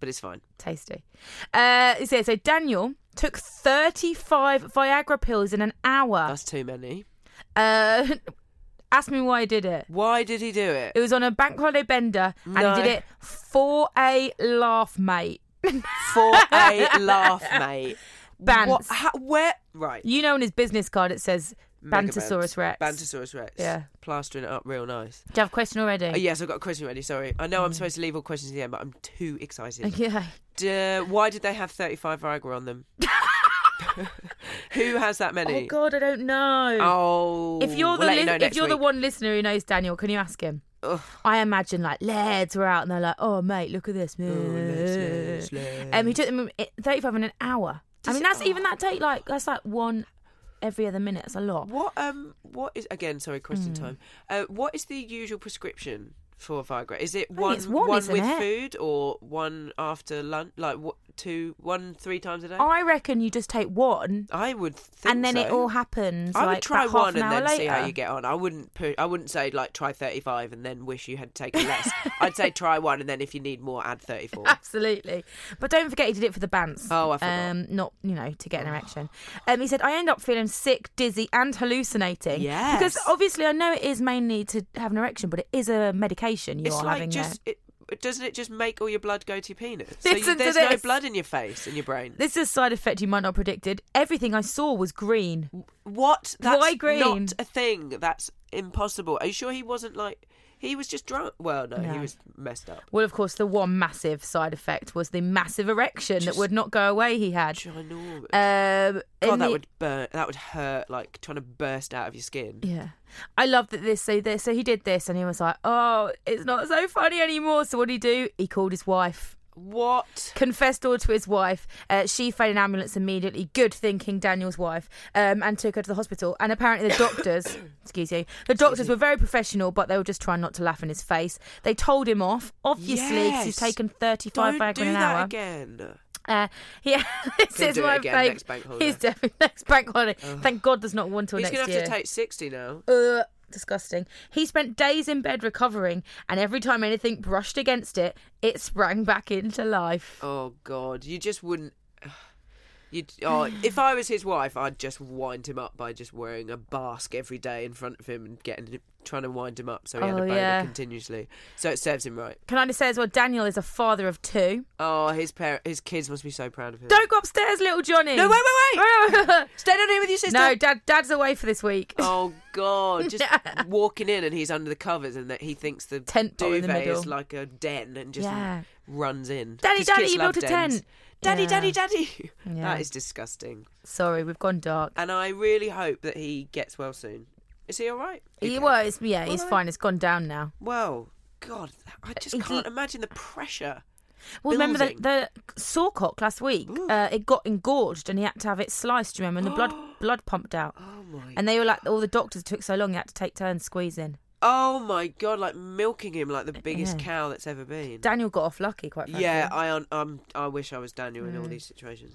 Speaker 2: but it's fine.
Speaker 1: Tasty. Uh, so, so Daniel took 35 Viagra pills in an hour.
Speaker 2: That's too many.
Speaker 1: Uh, ask me why I did it.
Speaker 2: Why did he do it?
Speaker 1: It was on a bank holiday bender, and
Speaker 2: No.
Speaker 1: he did it for a laugh, mate.
Speaker 2: For a laugh, mate.
Speaker 1: Bants.
Speaker 2: What? How, where? Right.
Speaker 1: You know, on his business card, it says
Speaker 2: Mega
Speaker 1: Bantosaurus Rex.
Speaker 2: bants. Bantosaurus Rex.
Speaker 1: Yeah. Mm.
Speaker 2: Plastering it up real nice.
Speaker 1: Do you have a question already?
Speaker 2: Oh, yes, I've got a question ready. Sorry. I know I'm supposed to leave all questions at the end, but I'm too excited.
Speaker 1: Mm. Okay.
Speaker 2: D- why did they have 35 Viagra on them? Who has that
Speaker 1: Oh
Speaker 2: many?
Speaker 1: God, I don't know.
Speaker 2: Oh,
Speaker 1: if you're the
Speaker 2: we'll let you
Speaker 1: lis-
Speaker 2: know
Speaker 1: if
Speaker 2: next
Speaker 1: you're the
Speaker 2: week.
Speaker 1: one listener who knows Daniel, can you ask him?
Speaker 2: Ugh.
Speaker 1: I imagine like lads were out and they're like, "Oh mate, look at this."
Speaker 2: lads, lads, lads.
Speaker 1: Um, he took them i- 35 in an hour. I mean,
Speaker 2: Oh.
Speaker 1: that's even that take like that's like one every other minute. It's a lot.
Speaker 2: What um what is again? Sorry, question
Speaker 1: Hmm.
Speaker 2: time. Uh, what is the usual prescription for Viagra? Is it one
Speaker 1: it's one, isn't
Speaker 2: with
Speaker 1: it?
Speaker 2: food or one after lunch? Like what two one three times a day?
Speaker 1: I reckon you just take one
Speaker 2: I would think
Speaker 1: Oh. and then it
Speaker 2: so.
Speaker 1: all happens.
Speaker 2: I would
Speaker 1: like,
Speaker 2: try
Speaker 1: about half
Speaker 2: one
Speaker 1: an
Speaker 2: and
Speaker 1: hour
Speaker 2: then see how
Speaker 1: later.
Speaker 2: you get on. I wouldn't pu- I wouldn't say like try thirty five and then wish you had taken less. I'd say try one and then if you need more, add thirty four.
Speaker 1: Absolutely. But don't forget he did it for the bants.
Speaker 2: Oh, I forgot.
Speaker 1: Um, not, you know, to get an erection. Um, he said, I end up feeling sick, dizzy, and hallucinating.
Speaker 2: Yes.
Speaker 1: Because obviously, I know it is mainly to have an erection, but it is a medication you
Speaker 2: it's
Speaker 1: are
Speaker 2: like
Speaker 1: having there.
Speaker 2: just it, it- doesn't it just make all your blood go to your penis? So
Speaker 1: Listen
Speaker 2: you,
Speaker 1: to
Speaker 2: there's no
Speaker 1: this.
Speaker 2: blood in your face and your brain.
Speaker 1: This is a side effect you might not have predicted. Everything I saw was green.
Speaker 2: What? That's
Speaker 1: Why green?
Speaker 2: not a thing. That's impossible. Are you sure he wasn't like he was just drunk? Well, no,
Speaker 1: No.
Speaker 2: he was messed up.
Speaker 1: Well, of course, the one massive side effect was the massive erection that would not go away he had.
Speaker 2: Ginormous.
Speaker 1: Um,
Speaker 2: God,
Speaker 1: in
Speaker 2: that
Speaker 1: the-
Speaker 2: would burn. That would hurt. Like trying to burst out of your skin.
Speaker 1: Yeah. I love that this so this so he did this and he was like, Oh, it's not so funny anymore. So what did he do? He called his wife.
Speaker 2: What?
Speaker 1: Confessed all to his wife. Uh, she phoned an ambulance immediately. Good thinking, Daniel's wife, um, and took her to the hospital. And apparently, the doctors, excuse you, the doctors were very professional, but they were just trying not to laugh in his face. They told him off, obviously, 'cause he's
Speaker 2: Yes.
Speaker 1: taken 35
Speaker 2: Don't
Speaker 1: bags
Speaker 2: do
Speaker 1: in an
Speaker 2: that
Speaker 1: hour.
Speaker 2: again.
Speaker 1: Uh, yeah, this
Speaker 2: Can
Speaker 1: is
Speaker 2: do it
Speaker 1: my
Speaker 2: again
Speaker 1: favourite.
Speaker 2: next bank holiday.
Speaker 1: He's definitely next bank holiday. Thank God there's not one till
Speaker 2: He's
Speaker 1: next
Speaker 2: gonna have
Speaker 1: year.
Speaker 2: to take sixty now.
Speaker 1: Ugh, disgusting. He spent days in bed recovering, and every time anything brushed against it, it sprang back into life.
Speaker 2: Oh God, you just wouldn't. You oh, if I was his wife, I'd just wind him up by just wearing a mask every day in front of him and getting trying to wind him up so he had
Speaker 1: Oh,
Speaker 2: a boner
Speaker 1: yeah.
Speaker 2: continuously. So it serves him right.
Speaker 1: Can I just say as well, Daniel is a father of two.
Speaker 2: Oh, his par- his kids must be so proud of him.
Speaker 1: Don't go upstairs, little Johnny.
Speaker 2: No, wait, wait, wait. Stay down here with your sister.
Speaker 1: no, dad, dad's away for this week.
Speaker 2: Oh God! Just walking in and he's under the covers and that he thinks the
Speaker 1: Tent pole in
Speaker 2: duvet
Speaker 1: the middle.
Speaker 2: is like a den and just
Speaker 1: Yeah.
Speaker 2: runs in.
Speaker 1: Daddy,
Speaker 2: 'Cause
Speaker 1: daddy,
Speaker 2: kids
Speaker 1: you
Speaker 2: love
Speaker 1: built a
Speaker 2: dens.
Speaker 1: tent.
Speaker 2: Daddy,
Speaker 1: Yeah.
Speaker 2: daddy, daddy.
Speaker 1: Yeah.
Speaker 2: That is disgusting.
Speaker 1: Sorry, we've gone dark.
Speaker 2: And I really hope that he gets well soon. Is he all right?
Speaker 1: He was, yeah, he's
Speaker 2: Well, I-
Speaker 1: fine. It's gone down now.
Speaker 2: Well, God, I just
Speaker 1: It's
Speaker 2: can't
Speaker 1: l-
Speaker 2: imagine the pressure.
Speaker 1: Well, remember
Speaker 2: Building.
Speaker 1: the, the sawcock last week? Uh, it got engorged, and he had to have it sliced. Do you remember? And the blood blood pumped out.
Speaker 2: Oh my.
Speaker 1: And they were like, all the doctors took so long, they had to take turns squeezing.
Speaker 2: Oh my God! Like milking him like the biggest
Speaker 1: Yeah.
Speaker 2: cow that's ever been.
Speaker 1: Daniel got off lucky, quite frankly. Mm.
Speaker 2: Yeah, I un- um, I wish I was Daniel in all these situations.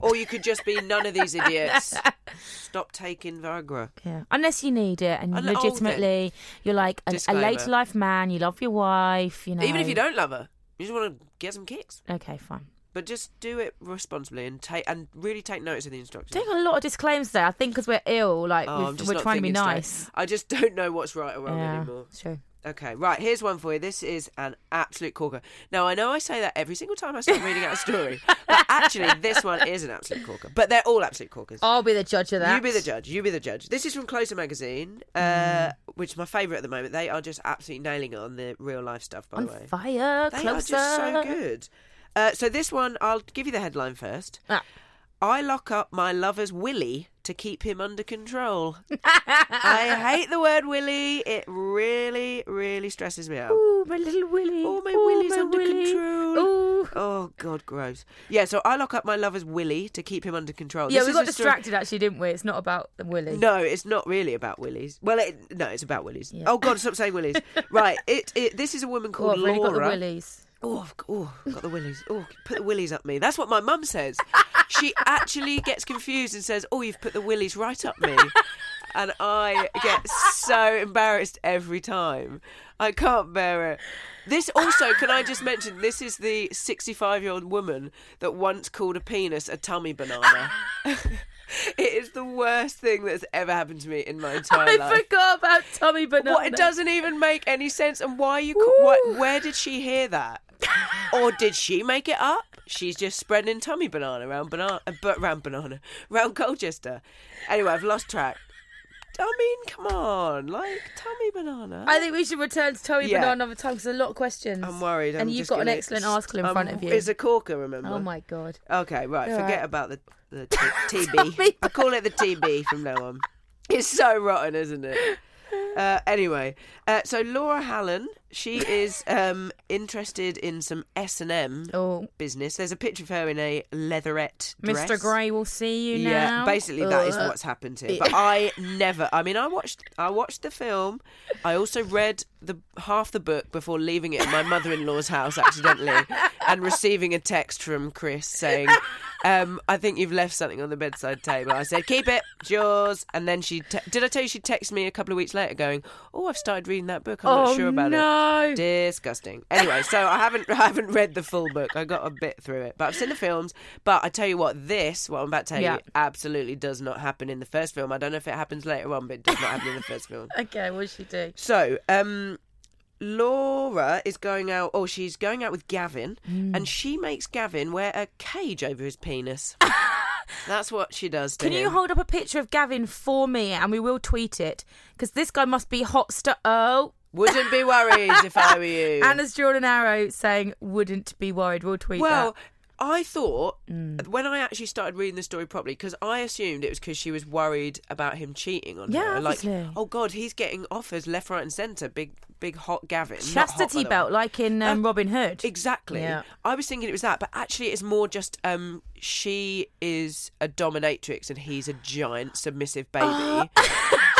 Speaker 2: Or you could just be none of these idiots. Stop taking Viagra.
Speaker 1: Yeah. Unless you need it and
Speaker 2: Unle- oh, then.
Speaker 1: legitimately you're like a, a
Speaker 2: Disclaimer.
Speaker 1: later life man, you love your wife, you know.
Speaker 2: Even if you don't love her, you just want to get some kicks.
Speaker 1: Okay, fine.
Speaker 2: But just do it responsibly and take and really take notice of the instructions.
Speaker 1: Doing a lot of disclaimers there. I think because we're ill, like
Speaker 2: Oh, I'm
Speaker 1: we've,
Speaker 2: just
Speaker 1: we're
Speaker 2: not
Speaker 1: trying to be
Speaker 2: thinking straight.
Speaker 1: nice.
Speaker 2: I just don't know what's right or wrong
Speaker 1: yeah,
Speaker 2: anymore.
Speaker 1: it's true.
Speaker 2: Okay, right. Here's one for you. This is an absolute corker. Now I know I say that every single time I start reading out a story, but actually this one is an absolute corker. But they're all absolute corkers.
Speaker 1: I'll be the judge of that. Mm.
Speaker 2: You be the judge. You be the judge. This is from Closer Magazine, uh, which is my favourite at the moment. They are just absolutely nailing it on the real life stuff, by
Speaker 1: On
Speaker 2: the way.
Speaker 1: fire,
Speaker 2: They
Speaker 1: closer.
Speaker 2: are just so good. Uh, so this one, I'll give you the headline first.
Speaker 1: Ah.
Speaker 2: I lock up my lover's willy to keep him under control. I hate the word willy. It really, really stresses me out.
Speaker 1: Ooh, my little Willy.
Speaker 2: Oh, my
Speaker 1: Ooh,
Speaker 2: willy's
Speaker 1: my
Speaker 2: under
Speaker 1: willy.
Speaker 2: control.
Speaker 1: Ooh.
Speaker 2: Oh God, gross. Yeah, so I lock up my lover's willy to keep him under control.
Speaker 1: yeah,
Speaker 2: This
Speaker 1: we
Speaker 2: is
Speaker 1: got
Speaker 2: a story-
Speaker 1: distracted actually, didn't we? It's not about the Willy.
Speaker 2: No, it's not really about willies. Well, it, no, it's about willies.
Speaker 1: Yeah.
Speaker 2: Oh God, stop saying willies. right, it, it. This is a woman
Speaker 1: Oh,
Speaker 2: called
Speaker 1: I've really got the
Speaker 2: Laura.
Speaker 1: willies.
Speaker 2: Oh, I've got- oh, I've got the willies. Oh, put the willies up me. That's what my mum says. She actually gets confused and says, "Oh, you've put the willies right up me," and I get so embarrassed every time. I can't bear it. This also, can I just mention? This is the 65-year-old woman that once called a penis a tummy banana. it is the worst thing that's ever happened to me in my entire
Speaker 1: I
Speaker 2: life.
Speaker 1: forgot about Tommy Banana.
Speaker 2: What it doesn't even make any sense. And why you? ca- Why, where did she hear that? or did she make it up? She's just spreading tummy banana around banana, but round banana, round Colchester. Anyway, I've lost track. I mean, come on, like tummy banana.
Speaker 1: I think we should return to Tommy
Speaker 2: Yeah.
Speaker 1: Banana another time because there's a lot of questions.
Speaker 2: am worried. I'm
Speaker 1: and you've
Speaker 2: just
Speaker 1: got an
Speaker 2: gonna-
Speaker 1: excellent article in
Speaker 2: I'm-
Speaker 1: front of you.
Speaker 2: It's a corker, remember?
Speaker 1: Oh my god.
Speaker 2: Okay, right.
Speaker 1: You're
Speaker 2: forget
Speaker 1: right.
Speaker 2: about the, the t- TB. I call it the TB from now on. It's so rotten, isn't it? Uh, anyway, uh, so Laura Hallen, she is um, interested in some S and M
Speaker 1: Oh,
Speaker 2: business. There's a picture of her in a leatherette dress.
Speaker 1: Mr. Grey will see you now.
Speaker 2: Yeah, basically that is
Speaker 1: Ugh.
Speaker 2: what's happened here. But I never. I mean, I watched. I watched the film. I also read the half the book before leaving it at my mother-in-law's house accidentally, and receiving a text from Chris saying, um, "I think you've left something on the bedside table." I said, "Keep it, it's yours." And then she te- did. I tell you she texted me a couple of weeks later, going, "Oh, I've started reading that book. I'm
Speaker 1: Oh
Speaker 2: not sure about it."
Speaker 1: no.
Speaker 2: Disgusting. Anyway, so I haven't I haven't read the full book. I got a bit through it, but I've seen the films. But I tell you what, this what I'm about to tell
Speaker 1: Yeah.
Speaker 2: you absolutely does not happen in the first film. I don't know if it happens later on, but it does not happen in the first film.
Speaker 1: Okay, what does she do?
Speaker 2: So, um, Laura is going out. Oh, she's going out with Gavin,
Speaker 1: Hmm.
Speaker 2: and she makes Gavin wear a cage over his penis. That's what she does to
Speaker 1: Can
Speaker 2: him.
Speaker 1: you hold up a picture of Gavin for me and we will tweet it? Because this guy must be hot stu Oh,
Speaker 2: Wouldn't be worried if I were you.
Speaker 1: Anna's drawn an arrow saying, wouldn't be worried. We'll tweet
Speaker 2: Well,
Speaker 1: that. Mm.
Speaker 2: I thought when I actually started reading the story properly, because I assumed it was because she was worried about him cheating on
Speaker 1: Yeah,
Speaker 2: her.
Speaker 1: obviously.
Speaker 2: Like, oh God, he's getting offers left, right, and centre. Big, big hot Gavin. Not hot, by
Speaker 1: Chastity
Speaker 2: the way.
Speaker 1: belt, like in um, Robin Hood.
Speaker 2: Exactly.
Speaker 1: Yeah.
Speaker 2: I was thinking it was that, but actually, it's more just um, she is a dominatrix and he's a giant submissive baby.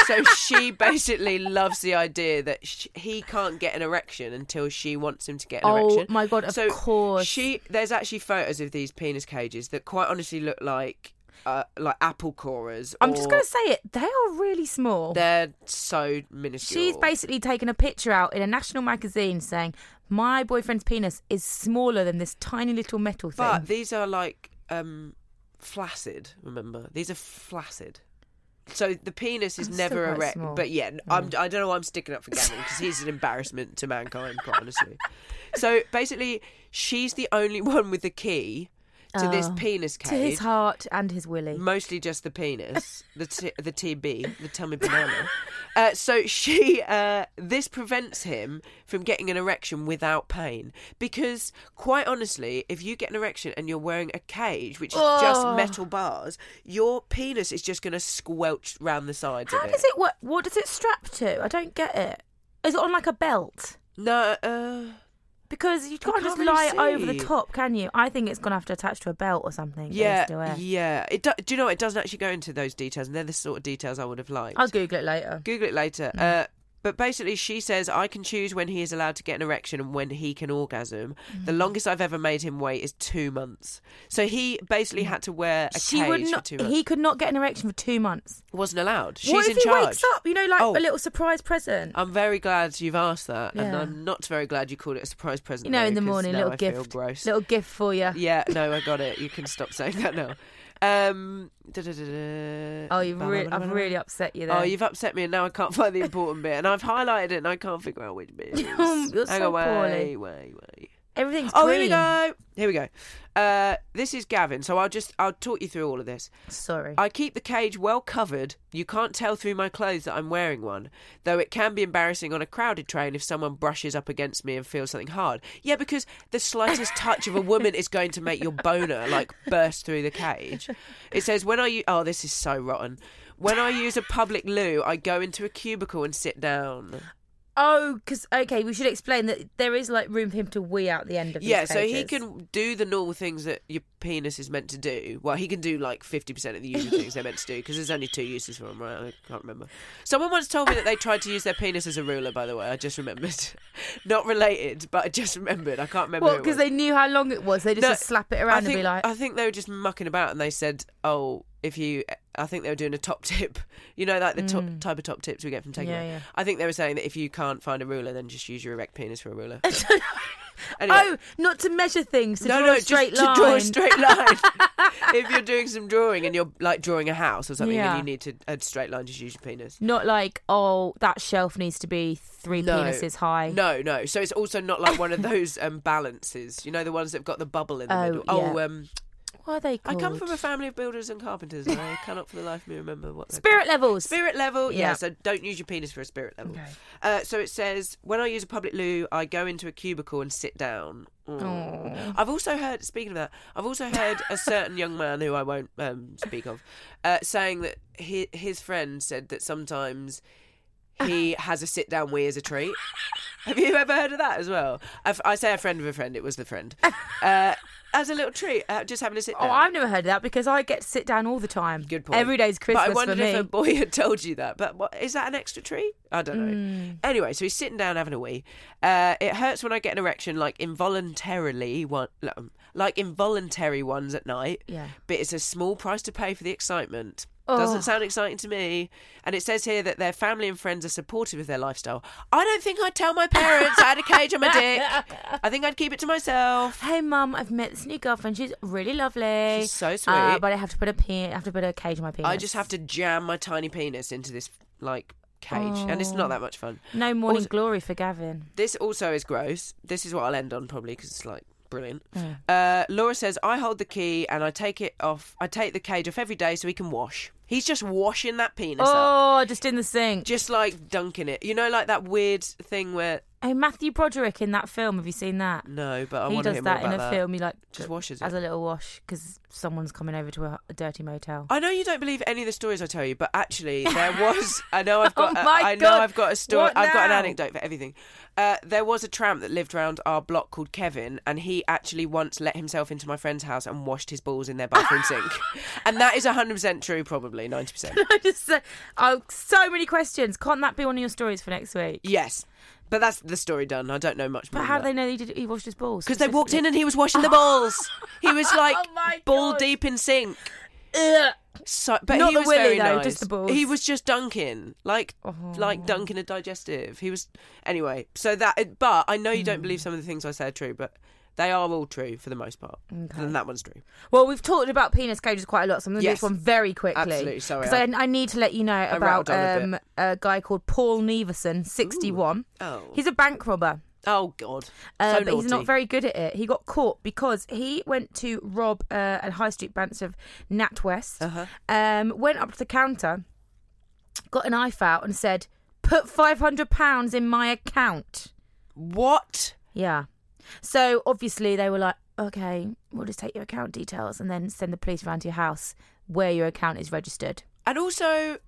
Speaker 2: so she basically loves the idea that sh he can't get an erection until she wants him to get an
Speaker 1: Oh,
Speaker 2: erection.
Speaker 1: my God, of
Speaker 2: So
Speaker 1: course.
Speaker 2: She there's actually photos of these penis cages that quite honestly look like uh, like apple corers.
Speaker 1: I'm just
Speaker 2: or
Speaker 1: going to say it. They are really small.
Speaker 2: They're so minuscule.
Speaker 1: She's basically taken a picture out in a national magazine saying, my boyfriend's penis is smaller than this tiny little metal thing.
Speaker 2: But these are like um flaccid, remember? These are flaccid. So the penis is
Speaker 1: That's still
Speaker 2: never
Speaker 1: quite
Speaker 2: erect.
Speaker 1: small.
Speaker 2: But yeah, I'm, I don't know why I'm sticking up for Gavin because he's an embarrassment to mankind, quite honestly. So basically, she's the only one with the key to this
Speaker 1: Oh.
Speaker 2: penis cage.
Speaker 1: to his heart and his willy.
Speaker 2: Mostly just the penis, the t- the TB, the tummy banana. Uh, so she, uh, this prevents him from getting an erection without pain because, quite honestly, if you get an erection and you're wearing a cage, which is just
Speaker 1: Oh.
Speaker 2: metal bars, your penis is just going to squelch round the sides
Speaker 1: How
Speaker 2: of it.
Speaker 1: does it work? What does it strap to? I don't get it. Is it on like a belt?
Speaker 2: No, uh,
Speaker 1: Because you can't,
Speaker 2: can't
Speaker 1: just
Speaker 2: really
Speaker 1: lie it over the
Speaker 2: see.
Speaker 1: top, can you? I think it's gonna have to attach to a belt or something. that
Speaker 2: yeah,
Speaker 1: it's to wear.
Speaker 2: yeah. It do, do you know what? it doesn't actually go into those details, and they're the sort of details I would have liked.
Speaker 1: I'll Google it later.
Speaker 2: Google it later. Uh, But basically, she says, I can choose when he is allowed to get an erection and when he can orgasm.
Speaker 1: Mm.
Speaker 2: The longest I've ever made him wait is two months. So he basically had to wear a
Speaker 1: she
Speaker 2: cage
Speaker 1: would
Speaker 2: for
Speaker 1: not.
Speaker 2: two months.
Speaker 1: He could not get an erection for two months.
Speaker 2: Wasn't allowed. She's
Speaker 1: what if
Speaker 2: in
Speaker 1: he
Speaker 2: charge.
Speaker 1: wakes up? You know, like
Speaker 2: Oh.
Speaker 1: a little surprise present.
Speaker 2: I'm very glad you've asked that, and
Speaker 1: Yeah.
Speaker 2: I'm not very glad you called it a surprise present.
Speaker 1: you know,
Speaker 2: though,
Speaker 1: in the
Speaker 2: 'cause
Speaker 1: morning,
Speaker 2: now
Speaker 1: little
Speaker 2: I
Speaker 1: gift,
Speaker 2: Feel gross.
Speaker 1: little gift for you.
Speaker 2: Yeah, no, I got it. You can stop saying that now. Um, da-da-da-da.
Speaker 1: Oh, you've re- I've really upset you there.
Speaker 2: Oh, you've upset me, and now I can't find the important bit, and I've highlighted it, and I can't figure out which bit. it is.
Speaker 1: Oh, You're
Speaker 2: Hang
Speaker 1: so
Speaker 2: on, wait,
Speaker 1: poorly.
Speaker 2: wait, wait.
Speaker 1: Everything's
Speaker 2: Oh,
Speaker 1: green.
Speaker 2: here we go. Here we go. Uh, this is Gavin. So I'll just I'll talk you through all of this.
Speaker 1: Sorry.
Speaker 2: I keep the cage well covered. You can't tell through my clothes that I'm wearing one, though it can be embarrassing on a crowded train if someone brushes up against me and feels something hard. Yeah, because the slightest touch of a woman is going to make your boner like burst through the cage. It says when I u- oh this is so rotten. When I use a public loo, I go into a cubicle and sit down.
Speaker 1: Oh, because okay, we should explain that there is like room for him to wee out the end of. these
Speaker 2: Yeah, so he
Speaker 1: pages.
Speaker 2: can do the normal things that your penis is meant to do. Well, he can do like 50% of the usual things they're meant to do because there's only two uses for them, right? I can't remember. Someone once told me that they tried to use their penis as a ruler, by the way. I just remembered. Not related, but I just remembered. I can't remember.
Speaker 1: Well,
Speaker 2: who it was.
Speaker 1: because they knew how long it was, they just,
Speaker 2: No,
Speaker 1: would slap it around
Speaker 2: I think, uh,
Speaker 1: and be like,
Speaker 2: I think they were just mucking about and they said, oh, if you, I think they were doing a top tip. You know, like the top, type of top tips we get from taking
Speaker 1: Mm. Yeah, yeah.
Speaker 2: I think they were saying that if you can't find a ruler, then just use your erect penis for a ruler. Anyway.
Speaker 1: "Oh, not to measure things, to
Speaker 2: no,
Speaker 1: draw
Speaker 2: no,
Speaker 1: a straight
Speaker 2: just
Speaker 1: line."
Speaker 2: to draw a straight line. if you're doing some drawing and you're like drawing a house or something,
Speaker 1: Yeah.
Speaker 2: and you need to a straight line, just use your penis.
Speaker 1: Not like, oh, that shelf needs to be three
Speaker 2: No.
Speaker 1: penises high.
Speaker 2: No, no. So it's also not like one of those um, balances. You know, the ones that've got the bubble in the
Speaker 1: Oh,
Speaker 2: middle. Oh,
Speaker 1: yeah.
Speaker 2: um,
Speaker 1: What are they
Speaker 2: I
Speaker 1: called?
Speaker 2: come from a family of builders and carpenters, and I cannot for the life of me remember what. they're
Speaker 1: spirit levels.
Speaker 2: Spirit level, yeah.
Speaker 1: Yeah.
Speaker 2: So don't use your penis for a spirit level.
Speaker 1: Okay.
Speaker 2: Uh, so it says, when I use a public loo, I go into a cubicle and sit down. Mm. I've also heard, speaking of that, I've also heard a certain young man who I won't um, speak of uh, saying that hi his friend said that sometimes he has a sit down wee as a treat. Have you ever heard of that as well? I, f- I say a friend of a friend, it was the friend. Uh, as a little treat, uh, just having a sit down.
Speaker 1: Oh, I've never heard of that because I get to sit down all the time.
Speaker 2: Good point.
Speaker 1: Every day's Christmas
Speaker 2: But I wondered
Speaker 1: for me.
Speaker 2: if a boy had told you that. But what, is that an extra tree? I don't
Speaker 1: Mm.
Speaker 2: know. Anyway, so he's sitting down having a wee. Uh, it hurts when I get an erection, like involuntarily one, like, um, like involuntary ones at night.
Speaker 1: Yeah.
Speaker 2: But it's a small price to pay for the excitement.
Speaker 1: Oh.
Speaker 2: Doesn't sound exciting to me. And it says here that their family and friends are supportive of their lifestyle. I don't think I'd tell my parents I had a cage on my dick. I think I'd keep it to myself.
Speaker 1: Hey, mum, I've met this new girlfriend. She's really lovely.
Speaker 2: She's so
Speaker 1: Uh,
Speaker 2: sweet.
Speaker 1: but I have to put a pin. I have to put a cage on my penis.
Speaker 2: I just have to jam my tiny penis into this like cage, and
Speaker 1: Oh.
Speaker 2: it's not that much fun.
Speaker 1: no morning
Speaker 2: Also-
Speaker 1: glory for Gavin.
Speaker 2: This also is gross. This is what I'll end on probably because it's like brilliant. Uh, Laura says, "I hold the key and I take it off. I take the cage off every day so he can wash. He's just washing that penis up."
Speaker 1: Oh, just in the sink.
Speaker 2: Just like dunking it, you know, like that weird thing where
Speaker 1: Oh, Matthew Broderick in that film. Have you seen that?
Speaker 2: no, but I
Speaker 1: he
Speaker 2: want to
Speaker 1: does
Speaker 2: hear more
Speaker 1: that in
Speaker 2: about
Speaker 1: a
Speaker 2: that.
Speaker 1: film. He like
Speaker 2: Just washes
Speaker 1: as
Speaker 2: it.
Speaker 1: a little wash because someone's coming over to a, a dirty motel.
Speaker 2: I know you don't believe any of the stories I tell you, but actually there was. I know I've got.
Speaker 1: Oh
Speaker 2: a-
Speaker 1: my
Speaker 2: I know
Speaker 1: God.
Speaker 2: I've got a story.
Speaker 1: What
Speaker 2: I've got an
Speaker 1: now?
Speaker 2: anecdote for everything. Uh, there was a tramp that lived round our block called Kevin, and he actually once let himself into my friend's house and washed his balls in their bathroom sink. And that is hundred percent true, probably ninety percent.
Speaker 1: I just say, oh, so many questions. Can't that be one of your stories for next week?
Speaker 2: Yes, but that's the story done. I don't know much more.
Speaker 1: But how do they know he did? He washed his balls
Speaker 2: Because they walked in and he was washing the balls. He was like
Speaker 1: Oh my
Speaker 2: ball
Speaker 1: God.
Speaker 2: deep in sink.
Speaker 1: Ugh.
Speaker 2: So, but
Speaker 1: Not
Speaker 2: he
Speaker 1: the
Speaker 2: was
Speaker 1: willy,
Speaker 2: very
Speaker 1: though,
Speaker 2: nice.
Speaker 1: just the balls. Oh.
Speaker 2: He was just dunking, like like dunking a digestive. He was anyway. So that, but I know you don't
Speaker 1: Hmm.
Speaker 2: believe some of the things I say are true, but they are all true for the most part. And that one's true.
Speaker 1: Well, we've talked about penis cages quite a lot, so I'm going to
Speaker 2: Yes.
Speaker 1: do this one very quickly.
Speaker 2: Absolutely, sorry,
Speaker 1: Because I, I need to let you know about
Speaker 2: rattled on a
Speaker 1: um, a guy called Paul Neverson, 61.
Speaker 2: Oh.
Speaker 1: He's a bank robber.
Speaker 2: Oh God,
Speaker 1: Uh,
Speaker 2: so
Speaker 1: but
Speaker 2: naughty.
Speaker 1: he's not very good at it. He got caught because he went to rob uh, a high street branch of NatWest,
Speaker 2: Uh-huh.
Speaker 1: um, went up to the counter, got a knife out, and said, Put £500 in my account.
Speaker 2: what?
Speaker 1: Yeah. So obviously they were like, Okay, we'll just take your account details and then send the police around to your house where your account is registered. Hmm.
Speaker 2: And also,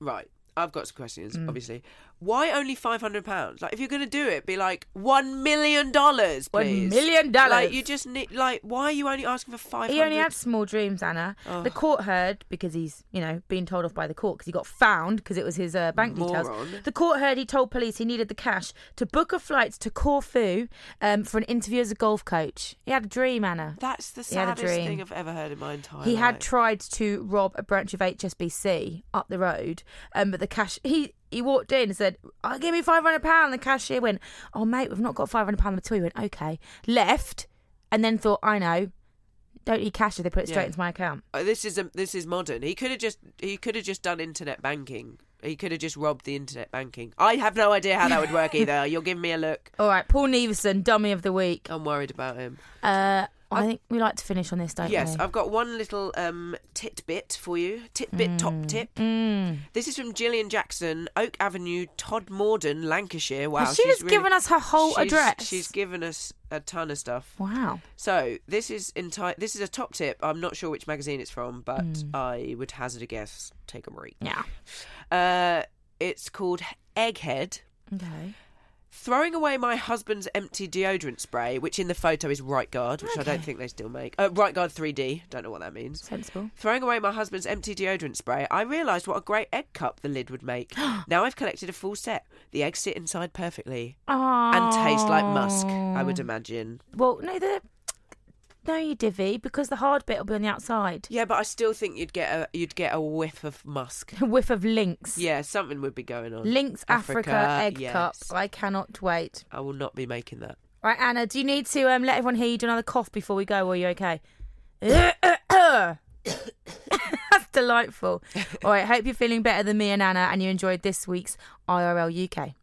Speaker 2: right, I've got some questions. Obviously, Why only five hundred pounds? Like, if you're gonna do it, be like one million dollars,
Speaker 1: One
Speaker 2: please.
Speaker 1: million dollars.
Speaker 2: Like, you just need. Like, why are you only asking for five hundred?
Speaker 1: He only had small dreams, Anna. The court heard because he's, you know, being told off by the court because he got found because it was his uh, bank details.
Speaker 2: Moron.
Speaker 1: The court heard he told police he needed the cash to book a flight to Corfu um, for an interview as a golf coach. He had a dream, Anna.
Speaker 2: That's the
Speaker 1: He had a
Speaker 2: saddest
Speaker 1: dream.
Speaker 2: thing I've ever heard in my entire
Speaker 1: He had
Speaker 2: life.
Speaker 1: tried to rob a branch of HSBC up the road, um, but the cash he he walked in and said, oh, "Give me five hundred pound." The cashier went, "Oh mate, we've not got five hundred pound until." He went, "Okay," left, and then thought, "I know, don't need cash if they put it straight
Speaker 2: Yeah.
Speaker 1: into my account."
Speaker 2: Oh, this is a, this is modern. He could have just he could have just done internet banking. He could have just robbed the internet banking. I have no idea how that would work either. You're giving me a look.
Speaker 1: All right, Paul Neverson, dummy of the week.
Speaker 2: I'm worried about him.
Speaker 1: Uh, I think we like to finish on this, don't
Speaker 2: yes,
Speaker 1: we?
Speaker 2: I've got one little um, titbit for you.
Speaker 1: Mm.
Speaker 2: Titbit top tip.
Speaker 1: Hmm.
Speaker 2: This is from Gillian Jackson, Oak Avenue, Todd Morden, Lancashire. Wow,
Speaker 1: Has she
Speaker 2: she's
Speaker 1: just
Speaker 2: really-
Speaker 1: given us her whole
Speaker 2: she's-
Speaker 1: address?
Speaker 2: She's given us a ton of stuff.
Speaker 1: Wow.
Speaker 2: So this is enti- This is a top tip. I'm not sure which magazine it's from, but I would hazard a guess. Take a break.
Speaker 1: Yeah.
Speaker 2: Uh, it's called Egghead.
Speaker 1: Okay.
Speaker 2: Throwing away my husband's empty deodorant spray, which in the photo is Right Guard, which I don't
Speaker 1: Okay.
Speaker 2: think they still make. Uh, right Guard 3D. Don't know what that means.
Speaker 1: Sensible.
Speaker 2: Throwing away my husband's empty deodorant spray, I realised what a great egg cup the lid would make. now I've collected a full set. The eggs sit inside perfectly and taste like musk, I would imagine.
Speaker 1: Well, no, the no, you divvy because the hard bit will be on the outside.
Speaker 2: Yeah, but I still think you'd get a you'd get a whiff of musk.
Speaker 1: A whiff of links.
Speaker 2: Yeah, something would be going on.
Speaker 1: Links Africa, egg
Speaker 2: yes.
Speaker 1: cup. I cannot wait.
Speaker 2: I will not be making that.
Speaker 1: Right, Anna, do you need to um, let everyone hear you do another cough before we go? Or are you okay? That's delightful. All right, hope you're feeling better than me and Anna and you enjoyed this week's IRL UK.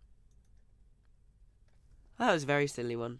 Speaker 2: That was a very silly one.